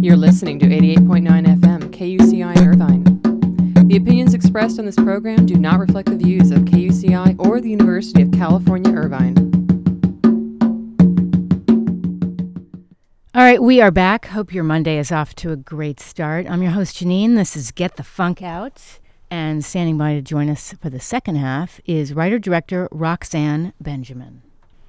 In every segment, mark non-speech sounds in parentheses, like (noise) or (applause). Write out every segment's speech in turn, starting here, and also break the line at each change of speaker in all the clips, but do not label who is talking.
You're listening to 88.9 FM, KUCI Irvine. The opinions expressed on this program do not reflect the views of KUCI or the University of California, Irvine.
All right, we are back. Hope your Monday is off to a great start. I'm your host, Janine. This is Get the Funk Out. And standing by to join us for the second half is writer director Roxanne Benjamin.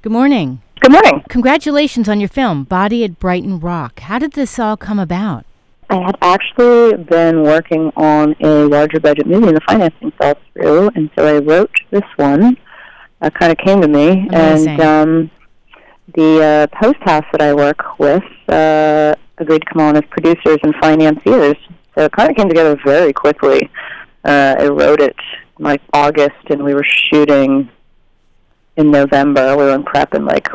Good morning.
Good morning.
Congratulations on your film, Body at Brighton Rock. How did this all come about?
I had actually been working on a larger budget movie, and the financing fell through, and so I wrote this one. Uh, kind of came to me,
Amazing.
and um, the uh, post house that I work with uh, agreed to come on as producers and financiers. So it kind of came together very quickly. Uh, I wrote it in, like August, and we were shooting in November. We were in prep in like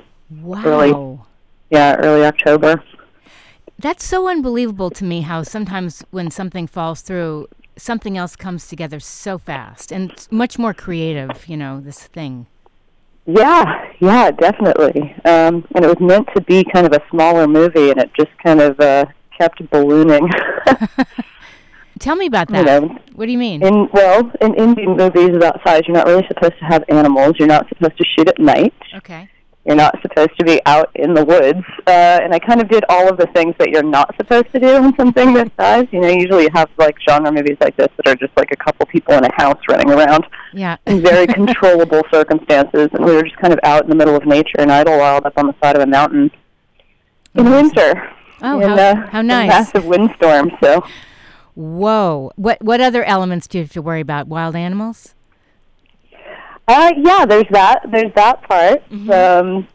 Wow.
yeah early October.
That's so unbelievable to me how sometimes when something falls through, something else comes together so fast and it's much more creative, you know, this thing.
Yeah, yeah, definitely. Um, and it was meant to be kind of a smaller movie, and it just kind of uh, kept ballooning. (laughs)
Tell me about
you
that.
know,
What do you mean?
in well, in Indian movies about size, you're not really supposed to have animals. You're not supposed to shoot at night.
okay.
You're not supposed to be out in the woods. Uh, and I kind of did all of the things that you're not supposed to do in something this size. You know, usually you have like genre movies like this that are just like a couple people in a house running around. (laughs)
Yeah.
in very controllable (laughs) circumstances, and we were just kind of out in the middle of nature and Idlewild up on the side of a mountain in winter.
Mm-hmm. Oh,
in,
how-
uh,
how
a
nice.
massive windstorm. So
Whoa. What what other elements do you have to worry about? Wild animals?
Uh, yeah, there's that. There's that part
Mm-hmm.
um,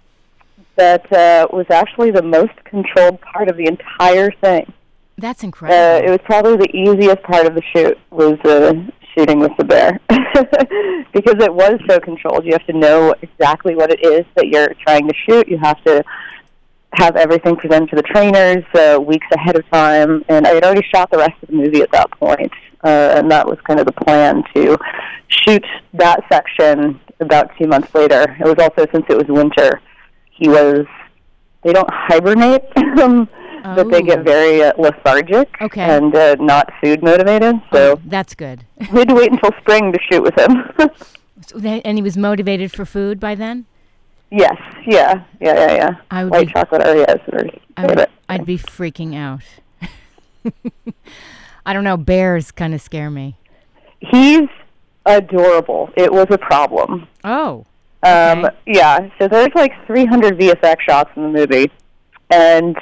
that uh, was actually the most controlled part of the entire thing.
That's
Uh,
incredible.
it was probably the easiest part of the shoot was uh, shooting with the bear (laughs) because it was so controlled. You have to know exactly what it is that you're trying to shoot. You have to have everything presented to the trainers uh, weeks ahead of time. And I had already shot the rest of the movie at that point, uh, and that was kind of the plan to shoot that section about two months later. It was also since it was winter, he was. They don't hibernate, (laughs) um, but they
Oh.
get very uh, lethargic
Okay. Oh.
and uh, not food motivated. So
That's good. (laughs)
we had to wait until spring to shoot with him. (laughs)
So th- and he was motivated for food by then?
yes, yeah, yeah, yeah, yeah.
I would
White
be-
chocolate Oreos. Or
I would, I'd be freaking out. (laughs) I don't know. Bears kind of scare me.
He's adorable. It was a problem.
Oh.
Um,
Okay.
Yeah, so there's like 300 VFX shots in the movie, and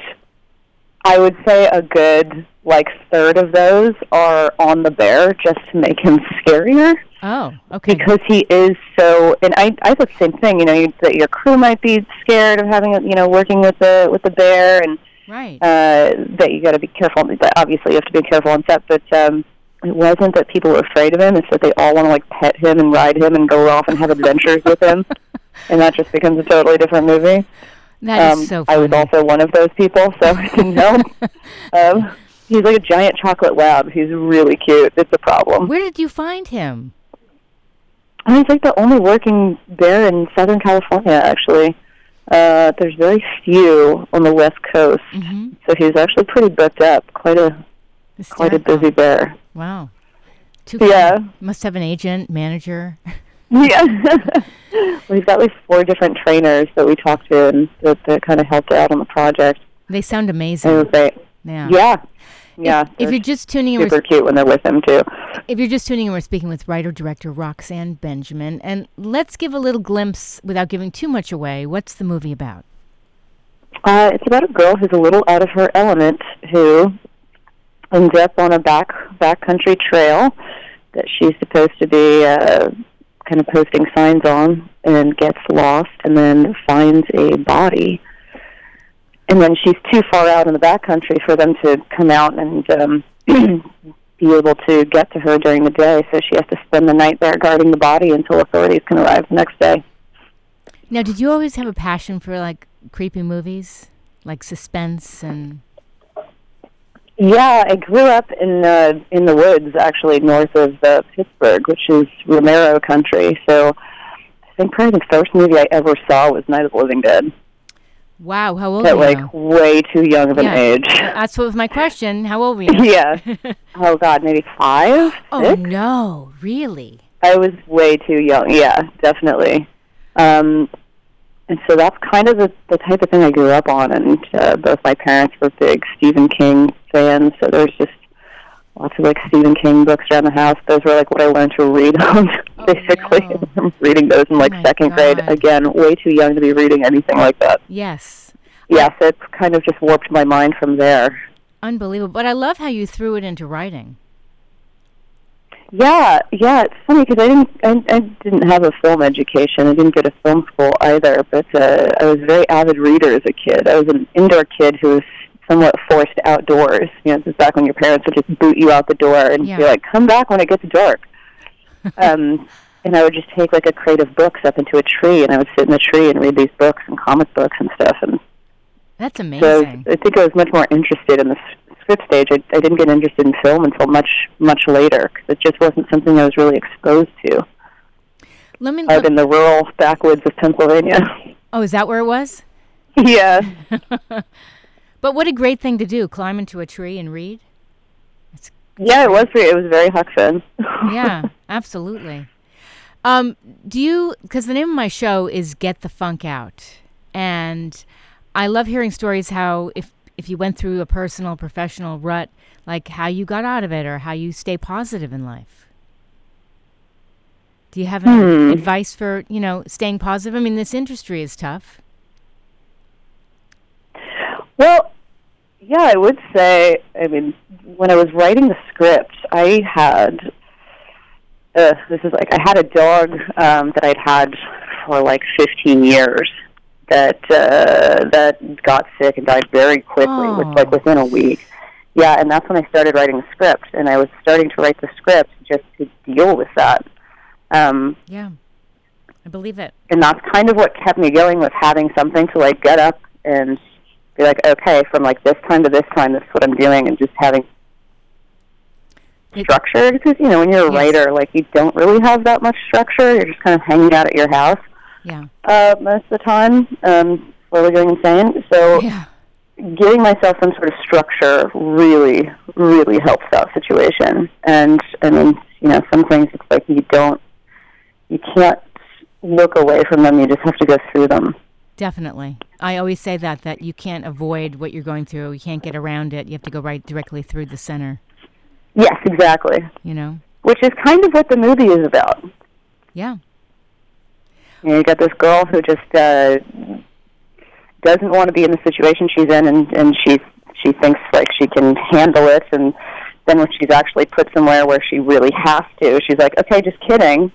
I would say a good like third of those are on the bear just to make him scarier
Oh. Okay.
because he is so. And I I thought the same thing. You know you, that your crew might be scared of having a- you know working with the with the bear and
right.
uh, that you got to be careful. But obviously, you have to be careful on set. But um, it wasn't that people were afraid of him; it's that they all want to like pet him and ride him and go off and have adventures
(laughs)
with him, and that just becomes a totally different movie.
That is
Um,
so
I
funny.
was also one of those people, so I
(laughs)
didn't help. um, he's like a giant chocolate lab. He's really cute. It's a problem.
Where did you find him?
And he's like the only working bear in Southern California, actually. Uh, there's very few on the West Coast,
Mhm.
so he's actually pretty booked up. Quite a quite a
Hysterical.
busy bear.
Wow. Too
Yeah. (laughs)
funny. Must have an agent, manager. (laughs)
Yeah. We've got like four different trainers that we talked to and that, that kind of helped out on the project.
They sound
It was
amazing.
great.
Yeah.
Uh, Yeah. Yeah.
If you're just tuning in,
they're
we're
super cute when they're with him too.
If you're just tuning in, we're speaking with writer director Roxanne Benjamin. And let's give a little glimpse without giving too much away. What's the movie about?
Uh, it's about a girl who's a little out of her element who ends up on a back backcountry trail that she's supposed to be uh, kind of posting signs on and gets lost and then finds a body. And then she's too far out in the backcountry for them to come out and um, (clears throat) be able to get to her during the day, so she has to spend the night there guarding the body until authorities can arrive the next day.
Now, did you always have a passion for like creepy movies, like suspense and
Yeah, I grew up in uh, in the woods, actually, north of uh, Pittsburgh, which is Romero country. So I think probably the first movie I ever saw was Night of the Living Dead.
Wow, how old
at
are
like
you?
way too young of
Yeah.
an age. (laughs)
That's what was my question. How old were you?
yeah. Oh God, maybe five.
(gasps) Oh
six?
no, really?
I was way too young. Yeah, definitely. Um, and so that's kind of the, the type of thing I grew up on. And uh, both my parents were big Stephen King fans, so there's just lots of like Stephen King books around the house. Those were like what I learned to read (laughs) on, basically.
Oh, no.
(laughs)
Oh
I'm reading those in like
my
second grade.
God.
Again, way too young to be reading anything like that.
Yes.
Yeah, so it kind of just warped my mind from there.
Unbelievable. But I love how you threw it into writing.
Yeah, yeah. It's funny because I didn't, I, I didn't have a film education. I didn't go to film school either. But uh, I was a very avid reader as a kid. I was an indoor kid who was somewhat forced outdoors. You know, this is back when your parents would just boot you out the door and
Yeah.
be like, "Come back when it gets dark." um, and I would just take like a crate of books up into a tree, and I would sit in the tree and read these books and comic books and stuff. And
That's
so
amazing.
I think I was much more interested in the s- script stage. I, I didn't get interested in film until much, much later 'cause it just wasn't something I was really exposed to.
Let me.
I live in the rural backwoods of Pennsylvania.
oh, is that where it was?
yeah.
But what a great thing to do, climb into a tree and read.
(laughs) Yeah, it was very, it was very Huck Finn.
Yeah, absolutely. Um, do you, because the name of my show is Get the Funk Out. And I love hearing stories how if, if you went through a personal, professional rut, like how you got out of it or how you stay positive in life. Do you have any advice for, you know, staying positive? I mean, this industry is tough.
Well, yeah, I would say. I mean, when I was writing the script, I had uh, this is like I had a dog um, that I'd had for like 15 years that uh, that got sick and died very quickly,
Oh.
which like within a week. Yeah, and that's when I started writing the script, and I was starting to write the script just to deal with that. Um,
Yeah. I believe it.
and that's kind of what kept me going was having something to like get up and be like, okay, from like this time to this time, this is what I'm doing, and just having
It-
structure. Because you know, when you're a
Yes.
writer, like you don't really have that much structure. You're just kind of hanging out at your house
Yeah.
uh, most of the time, um, slowly going insane. So
Yeah.
giving myself some sort of structure really, really helps that situation. And I mean, you know, some things it's like you don't, you can't look away from them. You just have to go through them.
Definitely. I always say that that you can't avoid what you're going through. You can't get around it. You have to go right directly through the center,
Yes, exactly.
you know.
Which is kind of what the movie is about.
Yeah.
You know, you got this girl who just uh, doesn't want to be in the situation she's in, and and she she thinks like she can handle it, and then when she's actually put somewhere where she really has to, she's like, okay, just kidding,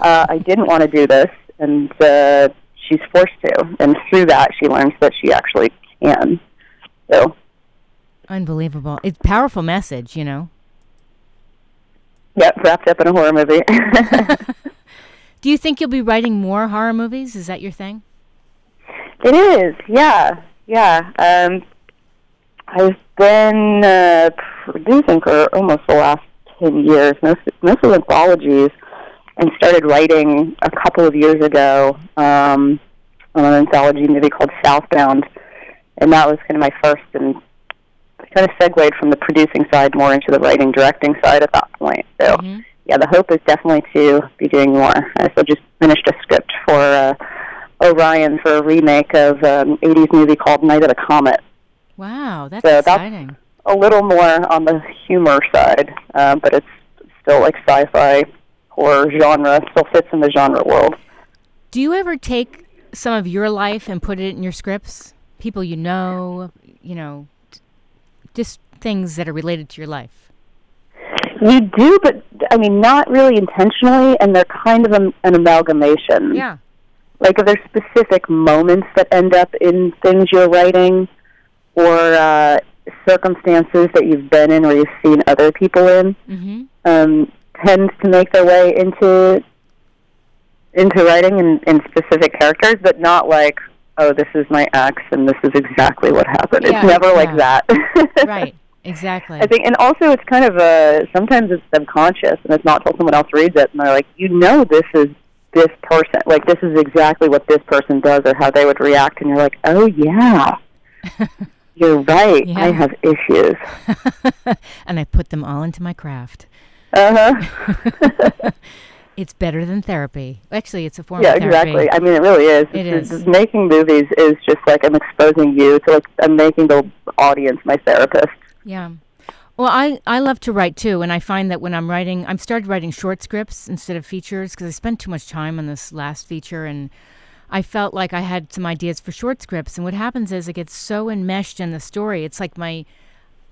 uh, I didn't want to do this, and uh, she's forced to, and through that she learns that she actually can. So
Unbelievable. It's a powerful message, you know. (laughs)
yeah, wrapped up in a horror movie. (laughs)
Do you think you'll be writing more horror movies? Is that your thing?
It is, yeah, yeah. Um, I've been uh, producing for almost the last ten years, most mostly anthologies, and started writing a couple of years ago um, on an anthology movie called Southbound, and that was kind of my first, and I kind of segued from the producing side more into the writing directing side at that point. So
Mhm.
yeah, the hope is definitely to be doing more. I also just finished a script for uh, Orion for a remake of um, 80s movie called Night of the Comet.
Wow, that's
So that's-
exciting.
A little more on the humor side, uh, but it's still like sci-fi horror genre. Still fits in the genre world.
Do you ever take some of your life and put it in your scripts? People you know, you know, t- just things that are related to your life.
We do, but I mean, not really intentionally, and they're kind of an, an amalgamation.
Yeah.
like are there specific moments that end up in things you're writing or uh, circumstances that you've been in or you've seen other people in
Mhm.
um, tends to make their way into into writing in, in specific characters but not like oh this is my ex and this is exactly what happened
Yeah,
it's never
yeah.
like that (laughs)
Right. Exactly.
I think, and also it's kind of a sometimes it's subconscious, and it's not till someone else reads it, and they're like, you know, this is this person. Like this is exactly what this person does or how they would react and you're like,
(laughs)
"Oh yeah." you're right.
Yeah.
I have issues.
(laughs) and I put them all into my craft. (laughs)
Uh-huh.
it's better than therapy. Actually, it's a form
yeah,
of therapy.
exactly. I mean, it really is.
It
It's-
is.
it's- Making movies is just like I'm exposing you to like I'm making the audience my therapist.
Yeah. Well, I, I love to write too, and I find that when I'm writing, I'm started writing short scripts instead of features because I spent too much time on this last feature, and I felt like I had some ideas for short scripts. And what happens is it gets so enmeshed in the story. It's like my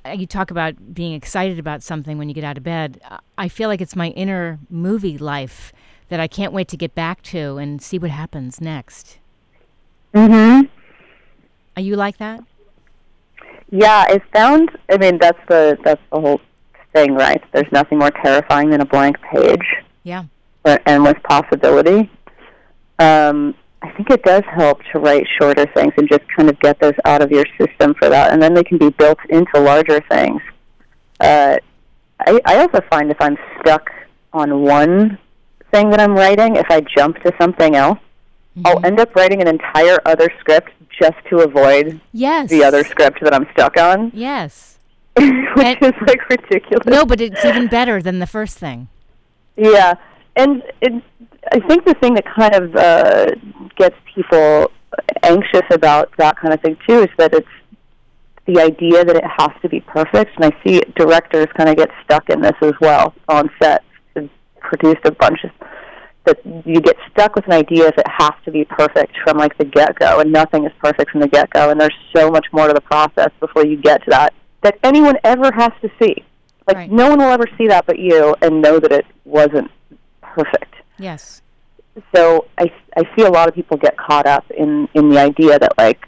uh, you talk about being excited about something when you get out of bed. Uh, I feel like it's my inner movie life that I can't wait to get back to and see what happens next.
Mhm.
Are you like that?
Yeah, I found. I mean, that's the that's the whole thing, right? There's nothing more terrifying than a blank page
Yeah.
or endless possibility. Um, I think it does help to write shorter things and just kind of get those out of your system for that, and then they can be built into larger things. Uh, I, I also find if I'm stuck on one thing that I'm writing, if I jump to something else,
Mm-hmm.
I'll end up writing an entire other script just to avoid
Yes.
the other script that I'm stuck on. (laughs)
Yes.
which
And-
is like ridiculous.
No, but it's even better than the first thing.
Yeah, and it, I think the thing that kind of uh, gets people anxious about that kind of thing too is that it's the idea that it has to be perfect, and I see directors kind of get stuck in this as well on set. and Produced a bunch of that you get stuck with an idea if it has to be perfect from like the get go, and nothing is perfect from the get go, and there's so much more to the process before you get to that that anyone ever has to see. Like
Right.
no one will ever see that but you and know that it wasn't perfect.
Yes.
So I I see a lot of people get caught up in in the idea that like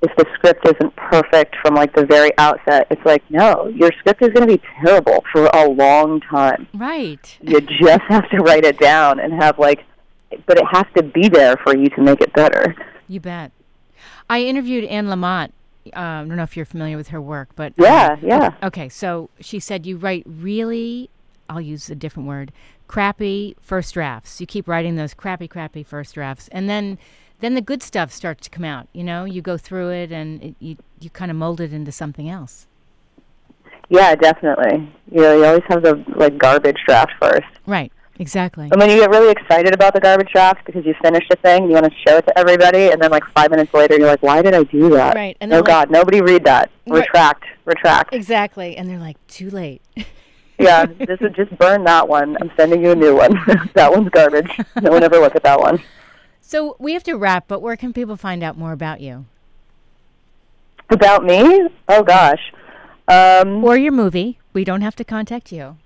if the script isn't perfect from like the very outset, it's like no, your script is going to be terrible for a long time.
Right.
You just have to write it down and have like but it has to be there for you to make it better.
You bet. I interviewed Anne Lamott. Uh, I don't know if you're familiar with her work, but uh,
Yeah, yeah.
okay, so she said you write really, I'll use a different word, crappy first drafts. You keep writing those crappy, crappy first drafts, and then then the good stuff starts to come out. You know, you go through it, and it, you you kind of mold it into something else.
Yeah, definitely. You know, you always have the like garbage draft first.
Right. Exactly.
And when you get really excited about the garbage draft because you finished a thing, you want to show it to everybody, and then like five minutes later, you're like, "Why did I do that?"
Right, and
oh
then, like-
God, nobody read that.
Right.
Retract, retract.
Exactly. And they're like, too late.
yeah, this is just burn that one. I'm sending you a new one. (laughs) that one's garbage. No one ever look at that one.
So we have to wrap, but where can people find out more about you
About me? Oh gosh. Um,
or your movie? We don't have to contact you.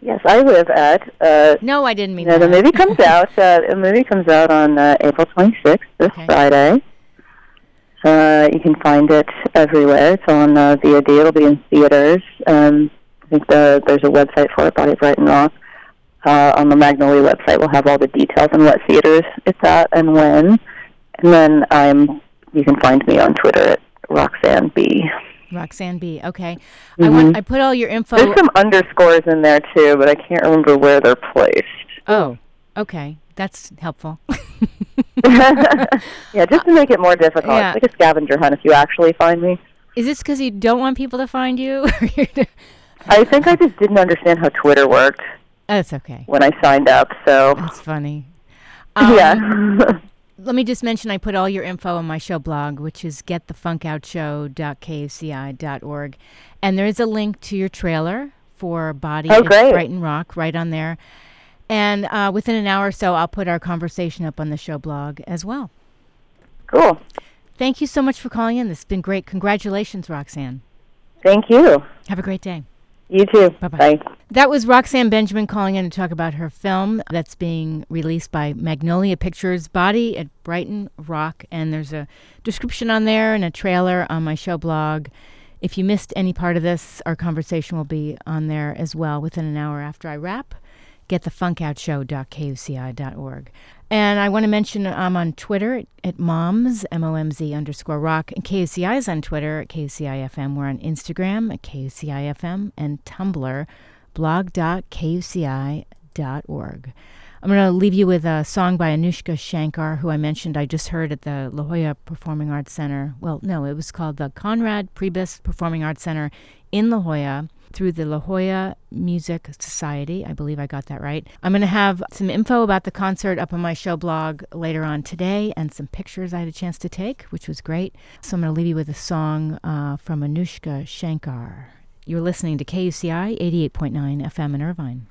yes, I live at. Uh,
No, I didn't mean
you know,
that.
the movie comes out. Uh, the movie comes out on uh, April 26th, this
Okay.
Friday. Uh, you can find it everywhere. It's on uh, VOD. It'll be in theaters. Um, I think the, there's a website for it, Body of Bright and Rock. Uh, on the Magnolia website, we'll have all the details on what theaters it's at and when. And then I'm. You can find me on Twitter at Roxanne B.
Roxanne B. Okay. I want. I put all your info.
Mm-hmm. There's some underscores in there too, but I can't remember where they're placed.
Oh, okay. That's
(laughs)
helpful.
yeah, just to make it more difficult.
Yeah.
It's like a scavenger hunt if you actually find me.
Is this because you don't want people to find you? (laughs) oh,
I think I just didn't understand how Twitter worked
that's okay.
when I signed up, so
That's funny. Um,
yeah.
Let me just mention I put all your info on my show blog, which is getthefunkoutshow.kfci.org. And there is a link to your trailer for Body
Oh,
is
great.
Bright and Rock right on there. And uh, within an hour or so, I'll put our conversation up on the show blog as well.
(laughs) cool.
Thank you so much for calling in. This has been great. Congratulations, Roxanne.
Thank you.
Have a great day.
You too.
Bye-bye.
Bye.
That was Roxanne Benjamin calling in to talk about her film that's being released by Magnolia Pictures, Body at Brighton Rock. And there's a description on there and a trailer on my show blog. If you missed any part of this, our conversation will be on there as well within an hour after I wrap. Get the getthefunkoutshow.kuci.org. And I want to mention I'm on Twitter at, at moms, M O M Z underscore rock. And KUCI is on Twitter at KUCIFM. We're on Instagram at KUCIFM and Tumblr blog.kuci.org. org. I'm going to leave you with a song by Anushka Shankar, who I mentioned I just heard at the La Jolla Performing Arts Center. Well, no, it was called the Conrad Priebus Performing Arts Center in La Jolla through the La Jolla Music Society. I believe I got that right. I'm going to have some info about the concert up on my show blog later on today and some pictures I had a chance to take, which was great. So I'm going to leave you with a song uh, from Anushka Shankar. You're listening to KUCI 88.9 FM in Irvine.